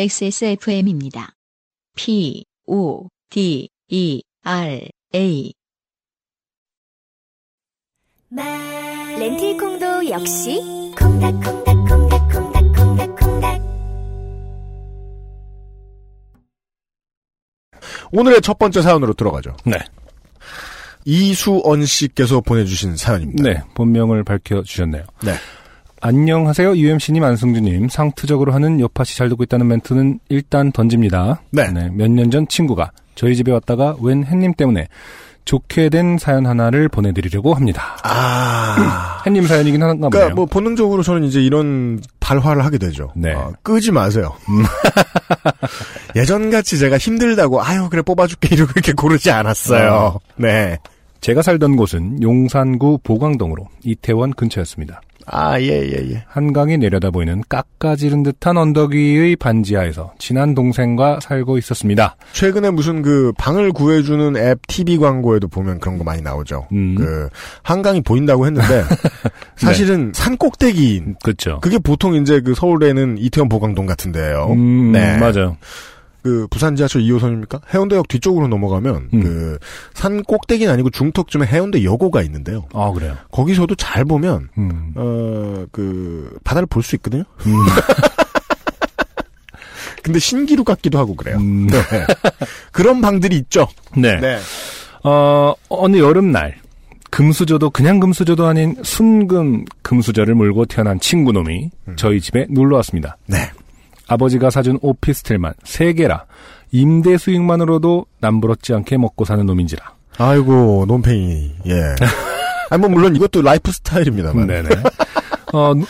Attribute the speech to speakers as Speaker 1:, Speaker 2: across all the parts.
Speaker 1: XSFM입니다. P, O, D, E, R, A.
Speaker 2: 렌틸콩도 역시 콩닥콩닥콩닥콩닥콩닥콩닥
Speaker 3: 오늘의 첫 번째 사연으로 들어가죠.
Speaker 4: 네.
Speaker 3: 이수언 씨께서 보내주신 사연입니다.
Speaker 4: 네. 본명을 밝혀주셨네요.
Speaker 3: 네.
Speaker 4: 안녕하세요. UMC님, 안승준님. 상투적으로 하는 여파씨 잘 듣고 있다는 멘트는 일단 던집니다.
Speaker 3: 네.
Speaker 4: 몇 년 전 친구가 저희 집에 왔다가 웬 햇님 때문에 좋게 된 사연 하나를 보내드리려고 합니다.
Speaker 3: 아.
Speaker 4: 햇님 사연이긴 한가
Speaker 3: 그러니까
Speaker 4: 보네요.
Speaker 3: 뭐 본능적으로 저는 이제 이런 발화를 하게 되죠.
Speaker 4: 네.
Speaker 3: 아, 끄지 마세요. 예전같이 제가 힘들다고 아유 그래 뽑아줄게 이러고 이렇게 고르지 않았어요. 네.
Speaker 4: 제가 살던 곳은 용산구 보광동으로 이태원 근처였습니다.
Speaker 3: 아 예 예 예.
Speaker 4: 한강이 내려다 보이는 깎아지른 듯한 언덕 위의 반지하에서 친한 동생과 살고 있었습니다.
Speaker 3: 최근에 무슨 그 방을 구해주는 앱 TV 광고에도 보면 그런 거 많이 나오죠.
Speaker 4: 음.
Speaker 3: 그 한강이 보인다고 했는데 사실은 산 꼭대기인
Speaker 4: 그렇죠.
Speaker 3: 그게 보통 이제 그 서울에는 이태원 보강동 같은데요.
Speaker 4: 음,
Speaker 3: 네.
Speaker 4: 맞아요.
Speaker 3: 그 부산 지하철 2호선입니까? 해운대역 뒤쪽으로 넘어가면
Speaker 4: 음.
Speaker 3: 그 산 꼭대기는 아니고 중턱쯤에 해운대 여고가 있는데요.
Speaker 4: 아, 그래요.
Speaker 3: 거기서도 잘 보면
Speaker 4: 음.
Speaker 3: 어 그 바다를 볼 수 있거든요.
Speaker 4: 음.
Speaker 3: 근데 신기루 같기도 하고 그래요.
Speaker 4: 음.
Speaker 3: 네. 그런 방들이 있죠.
Speaker 4: 네. 어, 어느 여름날, 금수저도 그냥 금수저도 아닌 순금 금수저를 물고 태어난 친구놈이 저희 집에 놀러 왔습니다.
Speaker 3: 네.
Speaker 4: 아버지가 사준 오피스텔만 세개라 임대 수익만으로도 남부럽지 않게 먹고 사는 놈인지라.
Speaker 3: 아이고 논팽이. 예. 아니 뭐 물론 이것도 라이프 스타일입니다만.
Speaker 4: 네네. 어, 노-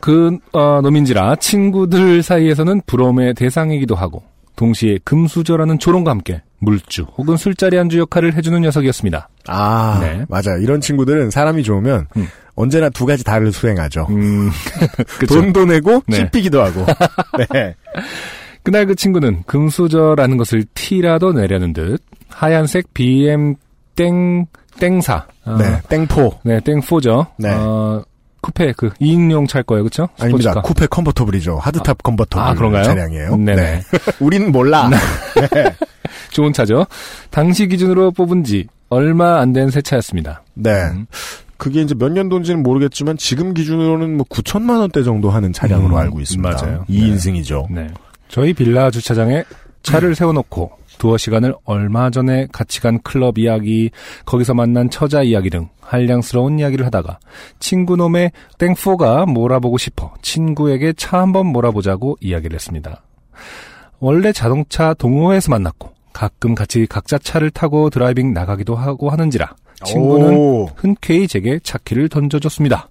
Speaker 4: 그, 어, 놈인지라 친구들 사이에서는 부러움의 대상이기도 하고, 동시에 금수저라는 조롱과 함께 물주 혹은 술자리 안주 역할을 해주는 녀석이었습니다.
Speaker 3: 아
Speaker 4: 네.
Speaker 3: 맞아. 이런 친구들은 사람이 좋으면
Speaker 4: 음.
Speaker 3: 언제나 두 가지 다를 수행하죠.
Speaker 4: 음, 그쵸.
Speaker 3: 돈도 내고
Speaker 4: 네.
Speaker 3: 씹히기도 하고. 네.
Speaker 4: 그날 그 친구는 금수저라는 것을 티라도 내려는 듯 하얀색 BM 땡 땡사 아,
Speaker 3: 네. 땡포.
Speaker 4: 네 땡포죠
Speaker 3: 네.
Speaker 4: 어, 쿠페 그 2인용 찰 거예요 그쵸?
Speaker 3: 아닙니다.
Speaker 4: 스포츠카.
Speaker 3: 쿠페 컨버터블이죠. 하드탑 컨버터블
Speaker 4: 아 그런가요?
Speaker 3: 차량이에요.
Speaker 4: 네네
Speaker 3: 네. 우린 몰라.
Speaker 4: 좋은 차죠 당시 기준으로 뽑은 지 얼마 안 된 새 차였습니다
Speaker 3: 네.
Speaker 4: 음.
Speaker 3: 그게 이제 몇 년도인지는 모르겠지만 지금 기준으로는 뭐 9천만 원대 정도 하는 차량으로
Speaker 4: 음,
Speaker 3: 알고 있습니다.
Speaker 4: 맞아요.
Speaker 3: 이 인승이죠.
Speaker 4: 네. 저희 빌라 주차장에 차를 세워놓고 두어 시간을 얼마 전에 같이 간 클럽 이야기, 거기서 만난 처자 이야기 등 한량스러운 이야기를 하다가 친구놈의 땡포가 몰아보고 싶어 친구에게 차 한번 몰아보자고 이야기를 했습니다. 원래 자동차 동호회에서 만났고 가끔 같이 각자 차를 타고 드라이빙 나가기도 하고 하는지라 친구는
Speaker 3: 오.
Speaker 4: 흔쾌히 제게 차키를 던져줬습니다.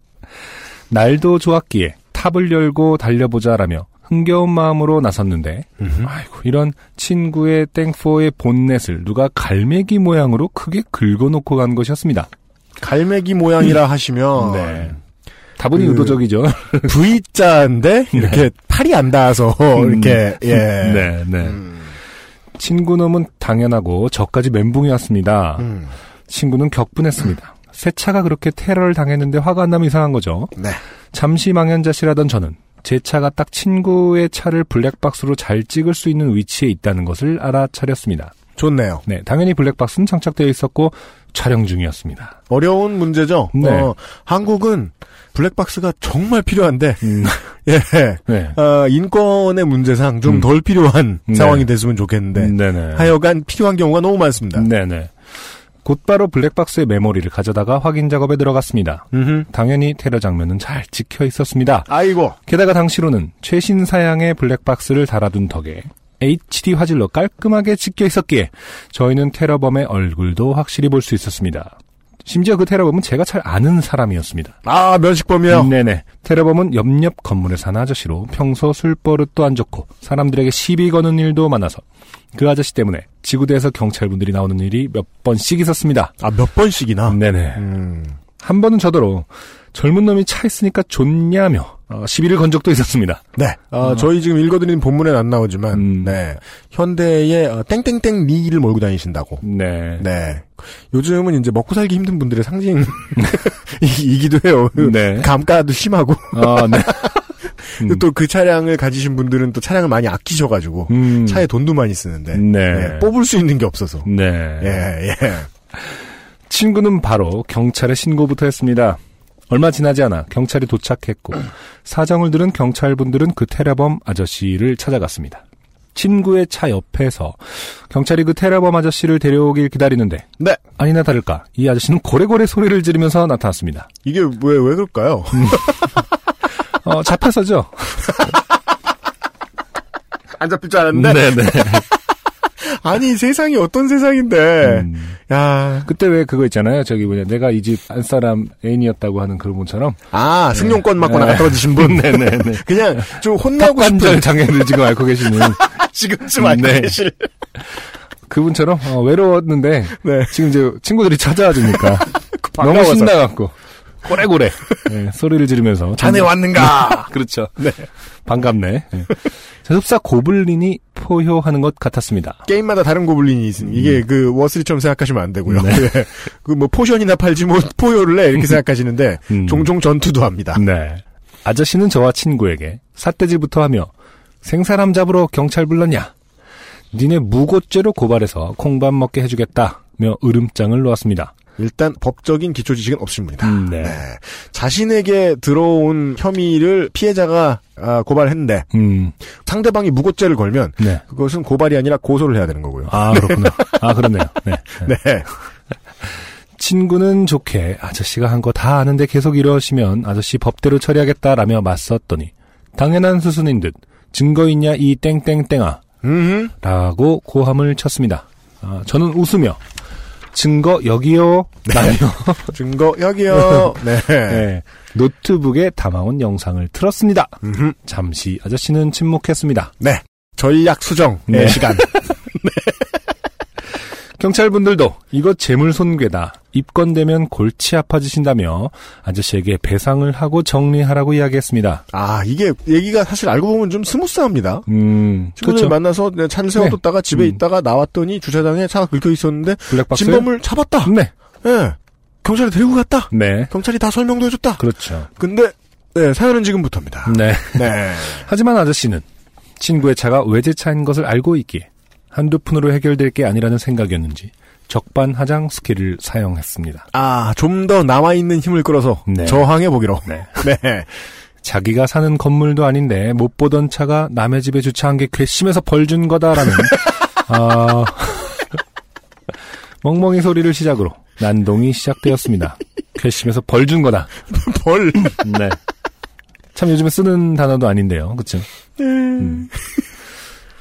Speaker 4: 날도 좋았기에 탑을 열고 달려보자라며 흥겨운 마음으로 나섰는데, 아이고, 이런 친구의 땡포의 본넷을 누가 갈매기 모양으로 크게 긁어놓고 간 것이었습니다.
Speaker 3: 갈매기 모양이라 하시면
Speaker 4: 다분히
Speaker 3: 그-
Speaker 4: 의도적이죠.
Speaker 3: V자인데 이렇게 팔이 안 닿아서 이렇게 예. 음.
Speaker 4: 네, 네. 친구놈은 당연하고 저까지 멘붕이 왔습니다.
Speaker 3: 음.
Speaker 4: 친구는 격분했습니다. 새 차가 그렇게 테러를 당했는데 화가 안 나면 이상한 거죠.
Speaker 3: 네.
Speaker 4: 잠시 망연자실하던 저는 제 차가 딱 친구의 차를 블랙박스로 잘 찍을 수 있는 위치에 있다는 것을 알아차렸습니다.
Speaker 3: 좋네요.
Speaker 4: 네, 당연히 블랙박스는 장착되어 있었고 촬영 중이었습니다.
Speaker 3: 어려운 문제죠.
Speaker 4: 네.
Speaker 3: 어, 한국은 블랙박스가 정말 필요한데 예.
Speaker 4: 네.
Speaker 3: 어, 인권의 문제상 좀
Speaker 4: 음.
Speaker 3: 덜 필요한
Speaker 4: 네.
Speaker 3: 상황이 됐으면 좋겠는데
Speaker 4: 네네.
Speaker 3: 하여간 필요한 경우가 너무 많습니다.
Speaker 4: 네네. 곧바로 블랙박스의 메모리를 가져다가 확인 작업에 들어갔습니다.
Speaker 3: 음흠.
Speaker 4: 당연히 테러 장면은 잘 찍혀 있었습니다.
Speaker 3: 아이고
Speaker 4: 게다가 당시로는 최신 사양의 블랙박스를 달아둔 덕에 HD 화질로 깔끔하게 찍혀 있었기에 저희는 테러범의 얼굴도 확실히 볼 수 있었습니다. 심지어 그 테러범은 제가 잘 아는 사람이었습니다.
Speaker 3: 아 면식범이요.
Speaker 4: 네네. 테러범은 옆옆 건물에 사는 아저씨로 평소 술버릇도 안 좋고 사람들에게 시비 거는 일도 많아서 그 아저씨 때문에 지구대에서 경찰분들이 나오는 일이 몇 번씩 있었습니다.
Speaker 3: 아 몇 번씩이나.
Speaker 4: 네네.
Speaker 3: 음.
Speaker 4: 한 번은 저더러 젊은 놈이 차 있으니까 좋냐며 어, 시비를 건 적도 있었습니다.
Speaker 3: 네. 아, 저희 지금 읽어드린 본문엔 안 나오지만,
Speaker 4: 음.
Speaker 3: 네. 현대의 어, 땡땡땡 니를 몰고 다니신다고.
Speaker 4: 네.
Speaker 3: 네. 요즘은 이제 먹고 살기 힘든 분들의 상징이기도 해요.
Speaker 4: 네.
Speaker 3: 감가도 심하고.
Speaker 4: 아, 네. 음.
Speaker 3: 또 그 차량을 가지신 분들은 또 차량을 많이 아끼셔가지고
Speaker 4: 음.
Speaker 3: 차에 돈도 많이 쓰는데
Speaker 4: 네.
Speaker 3: 예, 뽑을 수 있는 게 없어서
Speaker 4: 네.
Speaker 3: 예, 예.
Speaker 4: 친구는 바로 경찰에 신고부터 했습니다. 얼마 지나지 않아 경찰이 도착했고 사정을 들은 경찰분들은 그 테러범 아저씨를 찾아갔습니다. 친구의 차 옆에서 경찰이 그 테러범 아저씨를 데려오길 기다리는데
Speaker 3: 네.
Speaker 4: 아니나 다를까 이 아저씨는 고래고래 소리를 지르면서 나타났습니다.
Speaker 3: 이게 왜, 왜 그럴까요?
Speaker 4: 어, 잡혀서죠?
Speaker 3: 안 잡힐 줄 알았는데.
Speaker 4: 네.
Speaker 3: 음. 아니, 세상이 어떤 세상인데.
Speaker 4: 음.
Speaker 3: 야.
Speaker 4: 그때 왜 그거 있잖아요. 저기 뭐냐 내가 이 집 안사람 애인이었다고 하는 그런 분처럼
Speaker 3: 아, 승용권 맞고 나가 떨어지신 분.
Speaker 4: 네네네.
Speaker 3: 그냥 좀 혼나고 음,
Speaker 4: 턱관절
Speaker 3: 싶은
Speaker 4: 장애를 지금 앓고 계시는
Speaker 3: 지금쯤 안
Speaker 4: 네.
Speaker 3: 계실.
Speaker 4: 그분처럼 어, 외로웠는데
Speaker 3: 네.
Speaker 4: 지금 이제 친구들이 찾아와 주니까 너무
Speaker 3: 반가워서.
Speaker 4: 신나갖고 고래고래
Speaker 3: 음.
Speaker 4: 예, 소리를 지르면서
Speaker 3: 자네 왔는가?
Speaker 4: 그렇죠 반갑네 예. 흡사 고블린이 포효하는 것 같았습니다
Speaker 3: 게임마다 다른 고블린이 있으니 이게 그 워스리처럼 생각하시면 안 되고요. 그 뭐 포션이나 팔지 뭐 포효를 해 이렇게 생각하시는데
Speaker 4: 음.
Speaker 3: 종종 전투도 합니다.
Speaker 4: 네 아저씨는 저와 친구에게 삿대질부터 하며 생사람 잡으러 경찰 불렀냐 니네 무고죄로 고발해서 콩밥 먹게 해주겠다며 으름장을 놓았습니다
Speaker 3: 일단 법적인 기초 지식은 없으신 분이다.
Speaker 4: 음, 네.
Speaker 3: 자신에게 들어온 혐의를 피해자가 아, 고발했는데
Speaker 4: 음,
Speaker 3: 상대방이 무고죄를 걸면
Speaker 4: 네.
Speaker 3: 그것은 고발이 아니라 고소를 해야 되는 거고요.
Speaker 4: 아 그렇구나 아 그렇네요 네.
Speaker 3: 네.
Speaker 4: 친구는 좋게 아저씨가 한 거 다 아는데 계속 이러시면 아저씨 법대로 처리하겠다라며 맞섰더니 당연한 수순인 듯 증거 있냐 이 땡땡땡아
Speaker 3: 음.
Speaker 4: 라고 고함을 쳤습니다. 아, 저는 웃으며 증거 여기요 라며
Speaker 3: 증거 여기요. 네.
Speaker 4: 네, 노트북에 담아온 영상을 틀었습니다.
Speaker 3: 음흠.
Speaker 4: 잠시 아저씨는 침묵했습니다.
Speaker 3: 네. 전략 수정의
Speaker 4: 네.
Speaker 3: 시간.
Speaker 4: 경찰분들도 이거 재물손괴다. 입건되면 골치 아파지신다며 아저씨에게 배상을 하고 정리하라고 이야기했습니다.
Speaker 3: 아 이게 얘기가 사실 알고 보면 좀 스무스합니다.
Speaker 4: 음,
Speaker 3: 친구들
Speaker 4: 그렇죠.
Speaker 3: 만나서 그냥 차를 세워뒀다가 집에
Speaker 4: 음.
Speaker 3: 있다가 나왔더니 주차장에 차가 긁혀 있었는데
Speaker 4: 블랙박스.
Speaker 3: 진범을 잡았다.
Speaker 4: 네.
Speaker 3: 예. 경찰에 데리고 갔다.
Speaker 4: 네.
Speaker 3: 경찰이 다 설명도 해줬다.
Speaker 4: 그렇죠.
Speaker 3: 근데 네, 사연은 지금부터입니다.
Speaker 4: 네.
Speaker 3: 네.
Speaker 4: 하지만 아저씨는 친구의 차가 외제차인 것을 알고 있기에 한두 푼으로 해결될 게 아니라는 생각이었는지 적반하장 스킬을 사용했습니다.
Speaker 3: 아, 좀 더 남아 있는 힘을 끌어서
Speaker 4: 네.
Speaker 3: 저항해 보기로.
Speaker 4: 네.
Speaker 3: 네.
Speaker 4: 자기가 사는 건물도 아닌데 못 보던 차가 남의 집에 주차한 게 괘씸해서 벌 준 거다라는 아, 멍멍이 소리를 시작으로 난동이 시작되었습니다. 괘씸해서 벌 준 거다.
Speaker 3: 벌.
Speaker 4: 네. 참 요즘에 쓰는 단어도 아닌데요. 그쵸? 음.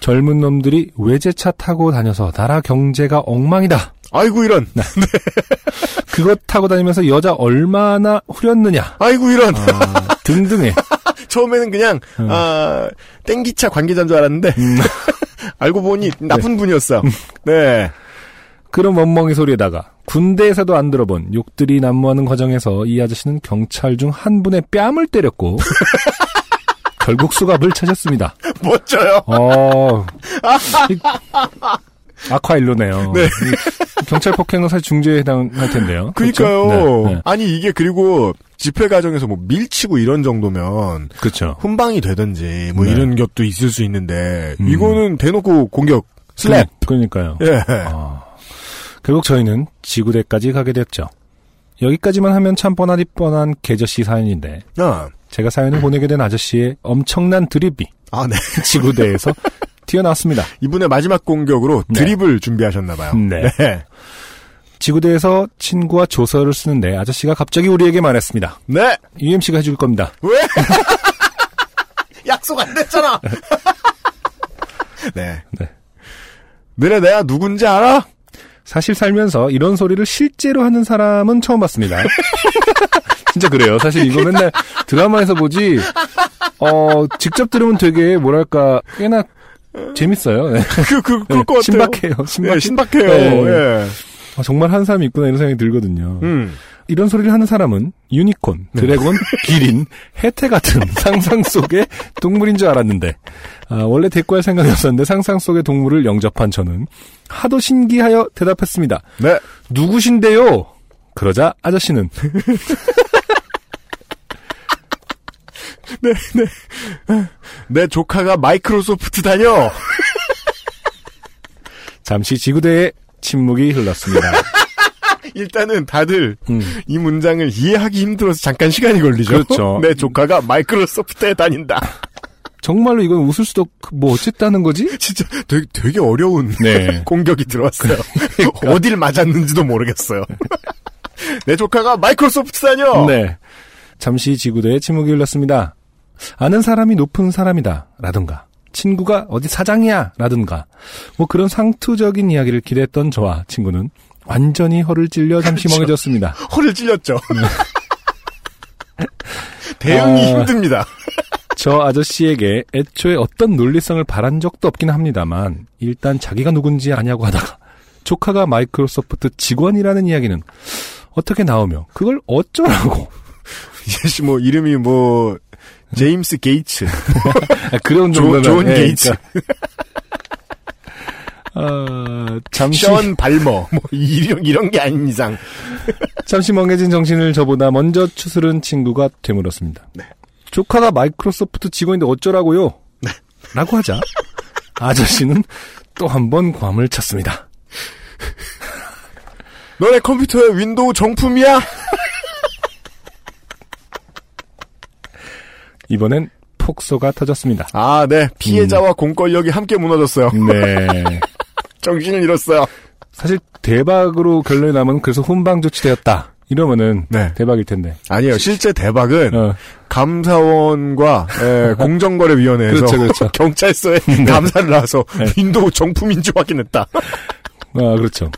Speaker 4: 젊은 놈들이 외제차 타고 다녀서 나라 경제가 엉망이다.
Speaker 3: 아이고 이런.
Speaker 4: 네. 그것 타고 다니면서 여자 얼마나 후렸느냐.
Speaker 3: 아이고 이런.
Speaker 4: 아, 등등의.
Speaker 3: 처음에는 그냥
Speaker 4: 음.
Speaker 3: 아, 땡기차 관계자인 줄 알았는데 알고 보니 나쁜
Speaker 4: 음.
Speaker 3: 분이었어. 네.
Speaker 4: 그런 멍멍이 소리에다가 군대에서도 안 들어본 욕들이 난무하는 과정에서 이 아저씨는 경찰 중 한 분의 뺨을 때렸고 결국 수갑을 차셨습니다.
Speaker 3: 멋져요.
Speaker 4: 어, 이- 아쿠아일로네요. 이 경찰 폭행은 사실 중죄에 해당할 텐데요. 그렇죠?
Speaker 3: 그니까요.
Speaker 4: 네, 네.
Speaker 3: 아니 이게 그리고 집회 과정에서 뭐 밀치고 이런 정도면
Speaker 4: 그렇죠.
Speaker 3: 훈방이 되든지 뭐
Speaker 4: 네.
Speaker 3: 이런 것도 있을 수 있는데
Speaker 4: 음.
Speaker 3: 이거는 대놓고 공격 슬랩.
Speaker 4: 그니- 그러니까요.
Speaker 3: 예.
Speaker 4: 아, 결국 저희는 지구대까지 가게 됐죠. 여기까지만 하면 참 뻔하디 뻔한 개저씨 사연인데
Speaker 3: 아,
Speaker 4: 제가 사연을 보내게 된 아저씨의 엄청난 드립이
Speaker 3: 아, 네.
Speaker 4: 지구대에서 튀어나왔습니다.
Speaker 3: 이분의 마지막 공격으로
Speaker 4: 네.
Speaker 3: 드립을 준비하셨나 봐요.
Speaker 4: 네.
Speaker 3: 네.
Speaker 4: 지구대에서 친구와 조서를 쓰는데 아저씨가 갑자기 우리에게 말했습니다.
Speaker 3: 네.
Speaker 4: UMC가 해줄 겁니다.
Speaker 3: 왜? 약속 안 됐잖아. 네.
Speaker 4: 네.
Speaker 3: 너네 내가 누군지 알아?
Speaker 4: 사실 살면서 이런 소리를 실제로 하는 사람은 처음 봤습니다. 진짜 그래요. 사실 이거 맨날 드라마에서 보지, 어, 직접 들으면 되게, 뭐랄까, 꽤나 재밌어요. 네.
Speaker 3: 그, 그, 그럴 것 같아요.
Speaker 4: 신박해요. 신박해.
Speaker 3: 네, 신박해요.
Speaker 4: 네.
Speaker 3: 예.
Speaker 4: 아, 정말 한 사람이 있구나 이런 생각이 들거든요.
Speaker 3: 음. 네.
Speaker 4: 이런 소리를 하는 사람은 유니콘, 드래곤, 기린, 해태 같은 상상 속의 동물인 줄 알았는데 아, 원래 대꾸할 생각이 없었는데 상상 속의 동물을 영접한 저는 하도 신기하여 대답했습니다.
Speaker 3: 네.
Speaker 4: 누구신데요? 그러자 아저씨는
Speaker 3: 네, 네. 내 조카가 마이크로소프트 다녀!
Speaker 4: 잠시 지구대에 침묵이 흘렀습니다.
Speaker 3: 일단은 다들
Speaker 4: 음.
Speaker 3: 이 문장을 이해하기 힘들어서 잠깐 시간이 걸리죠.
Speaker 4: 그렇죠.
Speaker 3: 내 조카가 마이크로소프트에 다닌다.
Speaker 4: 정말로 이건 웃을 수도 없고 뭐 어쨌다는 거지?
Speaker 3: 진짜 되게, 되게 어려운
Speaker 4: 네.
Speaker 3: 공격이 들어왔어요. 어딜 맞았는지도 모르겠어요. 내 조카가 마이크로소프트 다녀!
Speaker 4: 네. 잠시 지구대에 침묵이 흘렀습니다. 아는 사람이 높은 사람이다. 라든가. 친구가 어디 사장이야. 라든가. 뭐 그런 상투적인 이야기를 기대했던 저와 친구는 완전히 허를 찔려 잠시 멍해졌습니다.
Speaker 3: 허를 찔렸죠. 대응이
Speaker 4: 아.
Speaker 3: 힘듭니다.
Speaker 4: 저 아저씨에게 애초에 어떤 논리성을 바란 적도 없긴 합니다만 일단 자기가 누군지 아냐고 하다가 조카가 마이크로소프트 직원이라는 이야기는 어떻게 나오며 그걸 어쩌라고
Speaker 3: 이씨 뭐 이름이 뭐 제임스 게이츠
Speaker 4: 아, 그런
Speaker 3: 조-
Speaker 4: 정도면
Speaker 3: 존
Speaker 4: 예,
Speaker 3: 게이츠.
Speaker 4: 그러니까, 어, 잠시
Speaker 3: 션 발머 뭐 이런 이런 게 아닌 이상
Speaker 4: 잠시 멍해진 정신을 저보다 먼저 추스른 친구가 되물었습니다. 조카가 마이크로소프트 직원인데 어쩌라고요? 라고 하자 아저씨는 또 한 번 괌을 쳤습니다.
Speaker 3: 너네 컴퓨터에 윈도우 정품이야?
Speaker 4: 이번엔 폭소가 터졌습니다.
Speaker 3: 아 네 피해자와 공권력이 함께 무너졌어요.
Speaker 4: 네.
Speaker 3: 정신을 잃었어요.
Speaker 4: 사실 대박으로 결론이 나면 그래서 훈방 조치되었다. 이러면은
Speaker 3: 네.
Speaker 4: 대박일 텐데.
Speaker 3: 아니요 실제 대박은
Speaker 4: 어,
Speaker 3: 감사원과 에, 공정거래위원회에서
Speaker 4: 그렇죠, 그렇죠. 네.
Speaker 3: 경찰서에 감사를 와서 윈도우 정품인지 확인했다.
Speaker 4: 아, 그렇죠.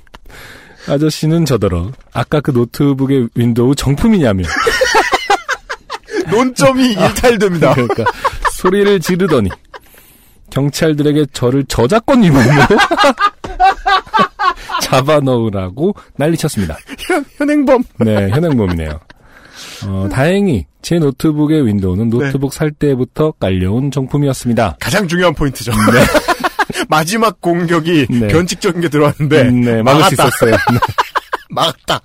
Speaker 4: 아저씨는 저더러 아까 그 노트북의 윈도우 정품이냐며
Speaker 3: 논점이
Speaker 4: 아.
Speaker 3: 일탈됩니다.
Speaker 4: 그러니까 소리를 지르더니 경찰들에게 저를 저작권 위반으로 잡아넣으라고 난리쳤습니다.
Speaker 3: 현- 현행범
Speaker 4: 네, 현행범이네요. 어, 다행히 제 노트북의 윈도우는 노트북 살 때부터 깔려온 정품이었습니다.
Speaker 3: 가장 중요한 포인트죠. 마지막 공격이
Speaker 4: 네.
Speaker 3: 변칙적인 게 들어왔는데
Speaker 4: 음, 네, 막을 수
Speaker 3: 막았다.
Speaker 4: 있었어요. 네.
Speaker 3: 막았다.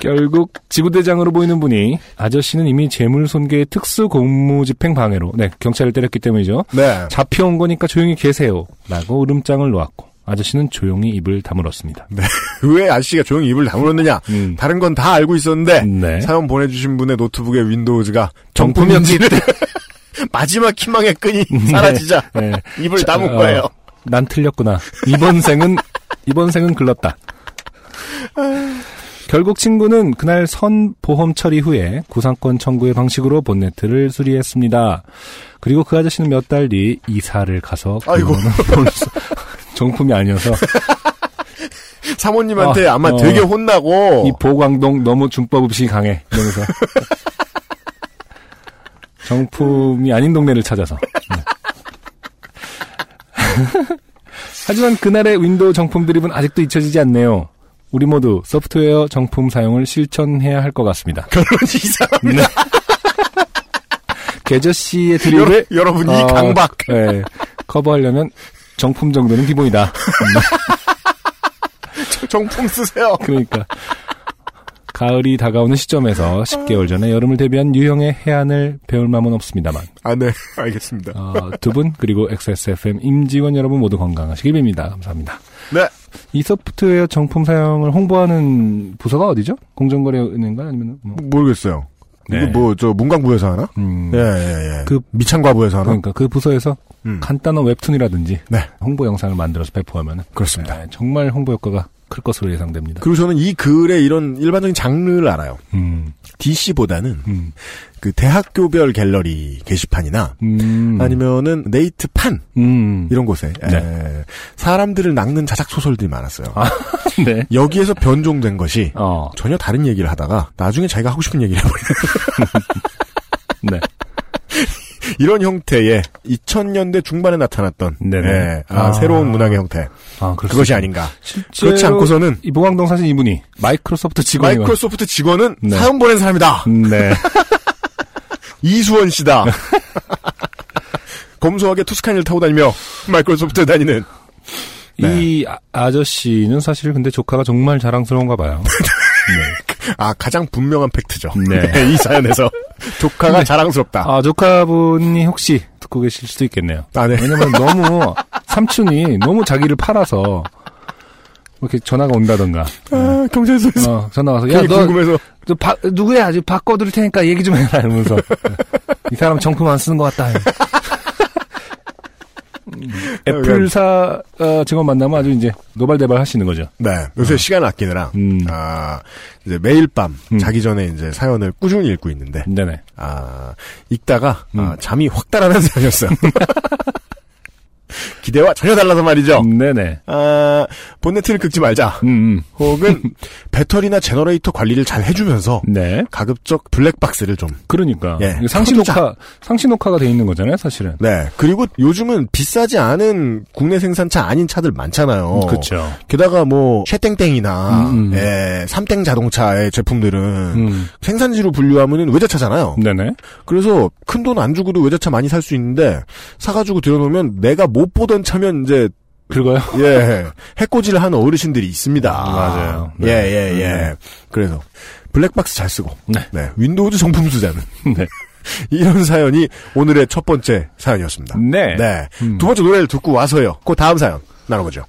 Speaker 4: 결국 지구대장으로 보이는 분이 아저씨는 이미 재물손괴 특수 공무집행 방해로 네 경찰을 때렸기 때문이죠.
Speaker 3: 네.
Speaker 4: 잡혀온 거니까 조용히 계세요라고 으름장을 놓았고 아저씨는 조용히 입을 다물었습니다.
Speaker 3: 왜 아저씨가 조용히 입을 다물었느냐?
Speaker 4: 음.
Speaker 3: 다른 건 다 알고 있었는데
Speaker 4: 네.
Speaker 3: 사연 보내주신 분의 노트북의 윈도우즈가 정품인지를 마지막 희망의 끈이 사라지자
Speaker 4: 네.
Speaker 3: 입을
Speaker 4: 자,
Speaker 3: 다문
Speaker 4: 어,
Speaker 3: 거예요.
Speaker 4: 난 틀렸구나. 이번 생은 이번 생은 글렀다. 결국 친구는 그날 선 보험 처리 후에 구상권 청구의 방식으로 본네트를 수리했습니다. 그리고 그 아저씨는 몇 달 뒤 이사를 가서 그
Speaker 3: 아이고.
Speaker 4: 물건을 볼 수- 정품이 아니어서
Speaker 3: 사모님한테
Speaker 4: 아,
Speaker 3: 아, 마
Speaker 4: 어.
Speaker 3: 되게 혼나고
Speaker 4: 이 보광동 너무 준법 없이 강해 이러면서 정품이 아닌 동네를 찾아서 네. 하지만 그날의 윈도우 정품 드립은 아직도 잊혀지지 않네요 우리 모두 소프트웨어 정품 사용을 실천해야 할 것 같습니다
Speaker 3: 결론이 이상합니다.
Speaker 4: 개저씨의
Speaker 3: 여러,
Speaker 4: 드립을
Speaker 3: 여러분 이
Speaker 4: 어,
Speaker 3: 강박
Speaker 4: 네, 커버하려면 정품 정도는 기본이다
Speaker 3: 정품 쓰세요.
Speaker 4: 그러니까 가을이 다가오는 시점에서 10개월 전에 여름을 대비한 유형의 해안을 배울 마음은 없습니다만 아,
Speaker 3: 아 네 알겠습니다.
Speaker 4: 두 분 그리고 XSFM 임지원 여러분 모두 건강하시길 빕니다. 감사합니다.
Speaker 3: 네
Speaker 4: 이 소프트웨어 정품 사용을 홍보하는 부서가 어디죠? 공정거래은행가 아니면 뭐?
Speaker 3: 모르겠어요.
Speaker 4: 네.
Speaker 3: 이거 뭐 저 문광부에서 하나?
Speaker 4: 음,
Speaker 3: 예, 예, 예.
Speaker 4: 그-
Speaker 3: 미창과부에서 하나?
Speaker 4: 그러니까 그 부서에서
Speaker 3: 음.
Speaker 4: 간단한 웹툰이라든지
Speaker 3: 네.
Speaker 4: 홍보 영상을 만들어서 배포하면
Speaker 3: 그렇습니다.
Speaker 4: 정말 홍보 효과가 클 것으로 예상됩니다.
Speaker 3: 그리고 저는 이 글의 이런 일반적인 장르를 알아요.
Speaker 4: 음,
Speaker 3: DC보다는
Speaker 4: 음,
Speaker 3: 그 대학교별 갤러리 게시판이나
Speaker 4: 음,
Speaker 3: 아니면은 네이트판
Speaker 4: 음,
Speaker 3: 이런 곳에
Speaker 4: 네.
Speaker 3: 에, 사람들을 낚는 자작 소설들이 많았어요.
Speaker 4: 네.
Speaker 3: 여기에서 변종된 것이
Speaker 4: 어,
Speaker 3: 전혀 다른 얘기를 하다가 나중에 자기가 하고 싶은 얘기를 해버리는
Speaker 4: 네.
Speaker 3: 이런 형태의 2000년대 중반에 나타났던
Speaker 4: 네네.
Speaker 3: 예, 아,
Speaker 4: 아.
Speaker 3: 새로운 문학의 형태
Speaker 4: 아, 그렇습니다.
Speaker 3: 그것이 아닌가.
Speaker 4: 실제로
Speaker 3: 그렇지 않고서는
Speaker 4: 이 보광동 사신 이분이 마이크로소프트 직원이
Speaker 3: 마이크로소프트 직원은
Speaker 4: 네.
Speaker 3: 사연 보낸 사람이다.
Speaker 4: 네.
Speaker 3: 이수원 씨다. 검소하게 투스카니를 타고 다니며 마이크로소프트에 다니는
Speaker 4: 이 아, 저씨는 사실 근데 조카가 정말 자랑스러운가 봐요. 네.
Speaker 3: 아, 가장 분명한 팩트죠.
Speaker 4: 네.
Speaker 3: 이 사연에서. 조카가 자랑스럽다.
Speaker 4: 아, 조카분이 혹시 듣고 계실 수도 있겠네요.
Speaker 3: 아, 네.
Speaker 4: 왜냐면 너무 삼촌이 너무 자기를 팔아서 이렇게 전화가 온다던가.
Speaker 3: 아, 경찰서에서.
Speaker 4: 어, 전화 와서 야,
Speaker 3: 괜히
Speaker 4: 너,
Speaker 3: 궁금해서.
Speaker 4: 너 바- 누구야? 지금 바꿔 드릴 테니까 얘기 좀 해라 이러면서. 이 사람 정품 안 쓰는 것 같다. 음, 애플사 어, 직원 만나면 아주 이제 노발대발 하시는 거죠.
Speaker 3: 네. 요새 시간 아끼느라.
Speaker 4: 음.
Speaker 3: 아, 이제 매일 밤
Speaker 4: 음.
Speaker 3: 자기 전에 이제 사연을 꾸준히 읽고 있는데.
Speaker 4: 네네.
Speaker 3: 아, 읽다가
Speaker 4: 음.
Speaker 3: 아, 잠이 확 달아난 사연이었어요. 기대와 전혀 달라서
Speaker 4: 어.
Speaker 3: 말이죠.
Speaker 4: 음. 네네.
Speaker 3: 아, 본네트를 긁지 말자.
Speaker 4: 음, 음.
Speaker 3: 혹은 배터리나 제너레이터 관리를 잘 해주면서
Speaker 4: 네.
Speaker 3: 가급적 블랙박스를 좀.
Speaker 4: 그러니까
Speaker 3: 예.
Speaker 4: 이게 상시
Speaker 3: 터주자.
Speaker 4: 녹화 상시 녹화가 돼 있는 거잖아요, 사실은.
Speaker 3: 네. 그리고 요즘은 비싸지 않은 국내 생산차 아닌 차들 많잖아요.
Speaker 4: 그렇죠.
Speaker 3: 게다가 뭐 쉐땡땡이나
Speaker 4: 음, 음.
Speaker 3: 예, 삼땡 자동차의 제품들은
Speaker 4: 음.
Speaker 3: 생산지로 분류하면은 외제차잖아요.
Speaker 4: 네네.
Speaker 3: 그래서 큰 돈 안 주고도 외제차 많이 살 수 있는데 사가지고 들여놓으면 내가 못 보던 차면 이제
Speaker 4: 그거요.
Speaker 3: 예 해코지를 하는 어르신들이 있습니다.
Speaker 4: 맞아요. 네.
Speaker 3: 예예 예, 예. 그래서 블랙박스 잘 쓰고
Speaker 4: 네.
Speaker 3: 네 윈도우즈 정품 쓰자는
Speaker 4: 네.
Speaker 3: 이런 사연이 오늘의 첫 번째 사연이었습니다.
Speaker 4: 네.
Speaker 3: 네.
Speaker 4: 음.
Speaker 3: 두 번째 노래를 듣고 와서요. 그 다음 사연 나눠보죠.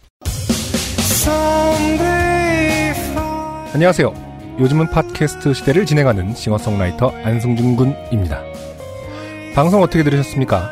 Speaker 4: 안녕하세요. 요즘은 팟캐스트 시대를 진행하는 싱어송라이터 안승준 군입니다. 방송 어떻게 들으셨습니까?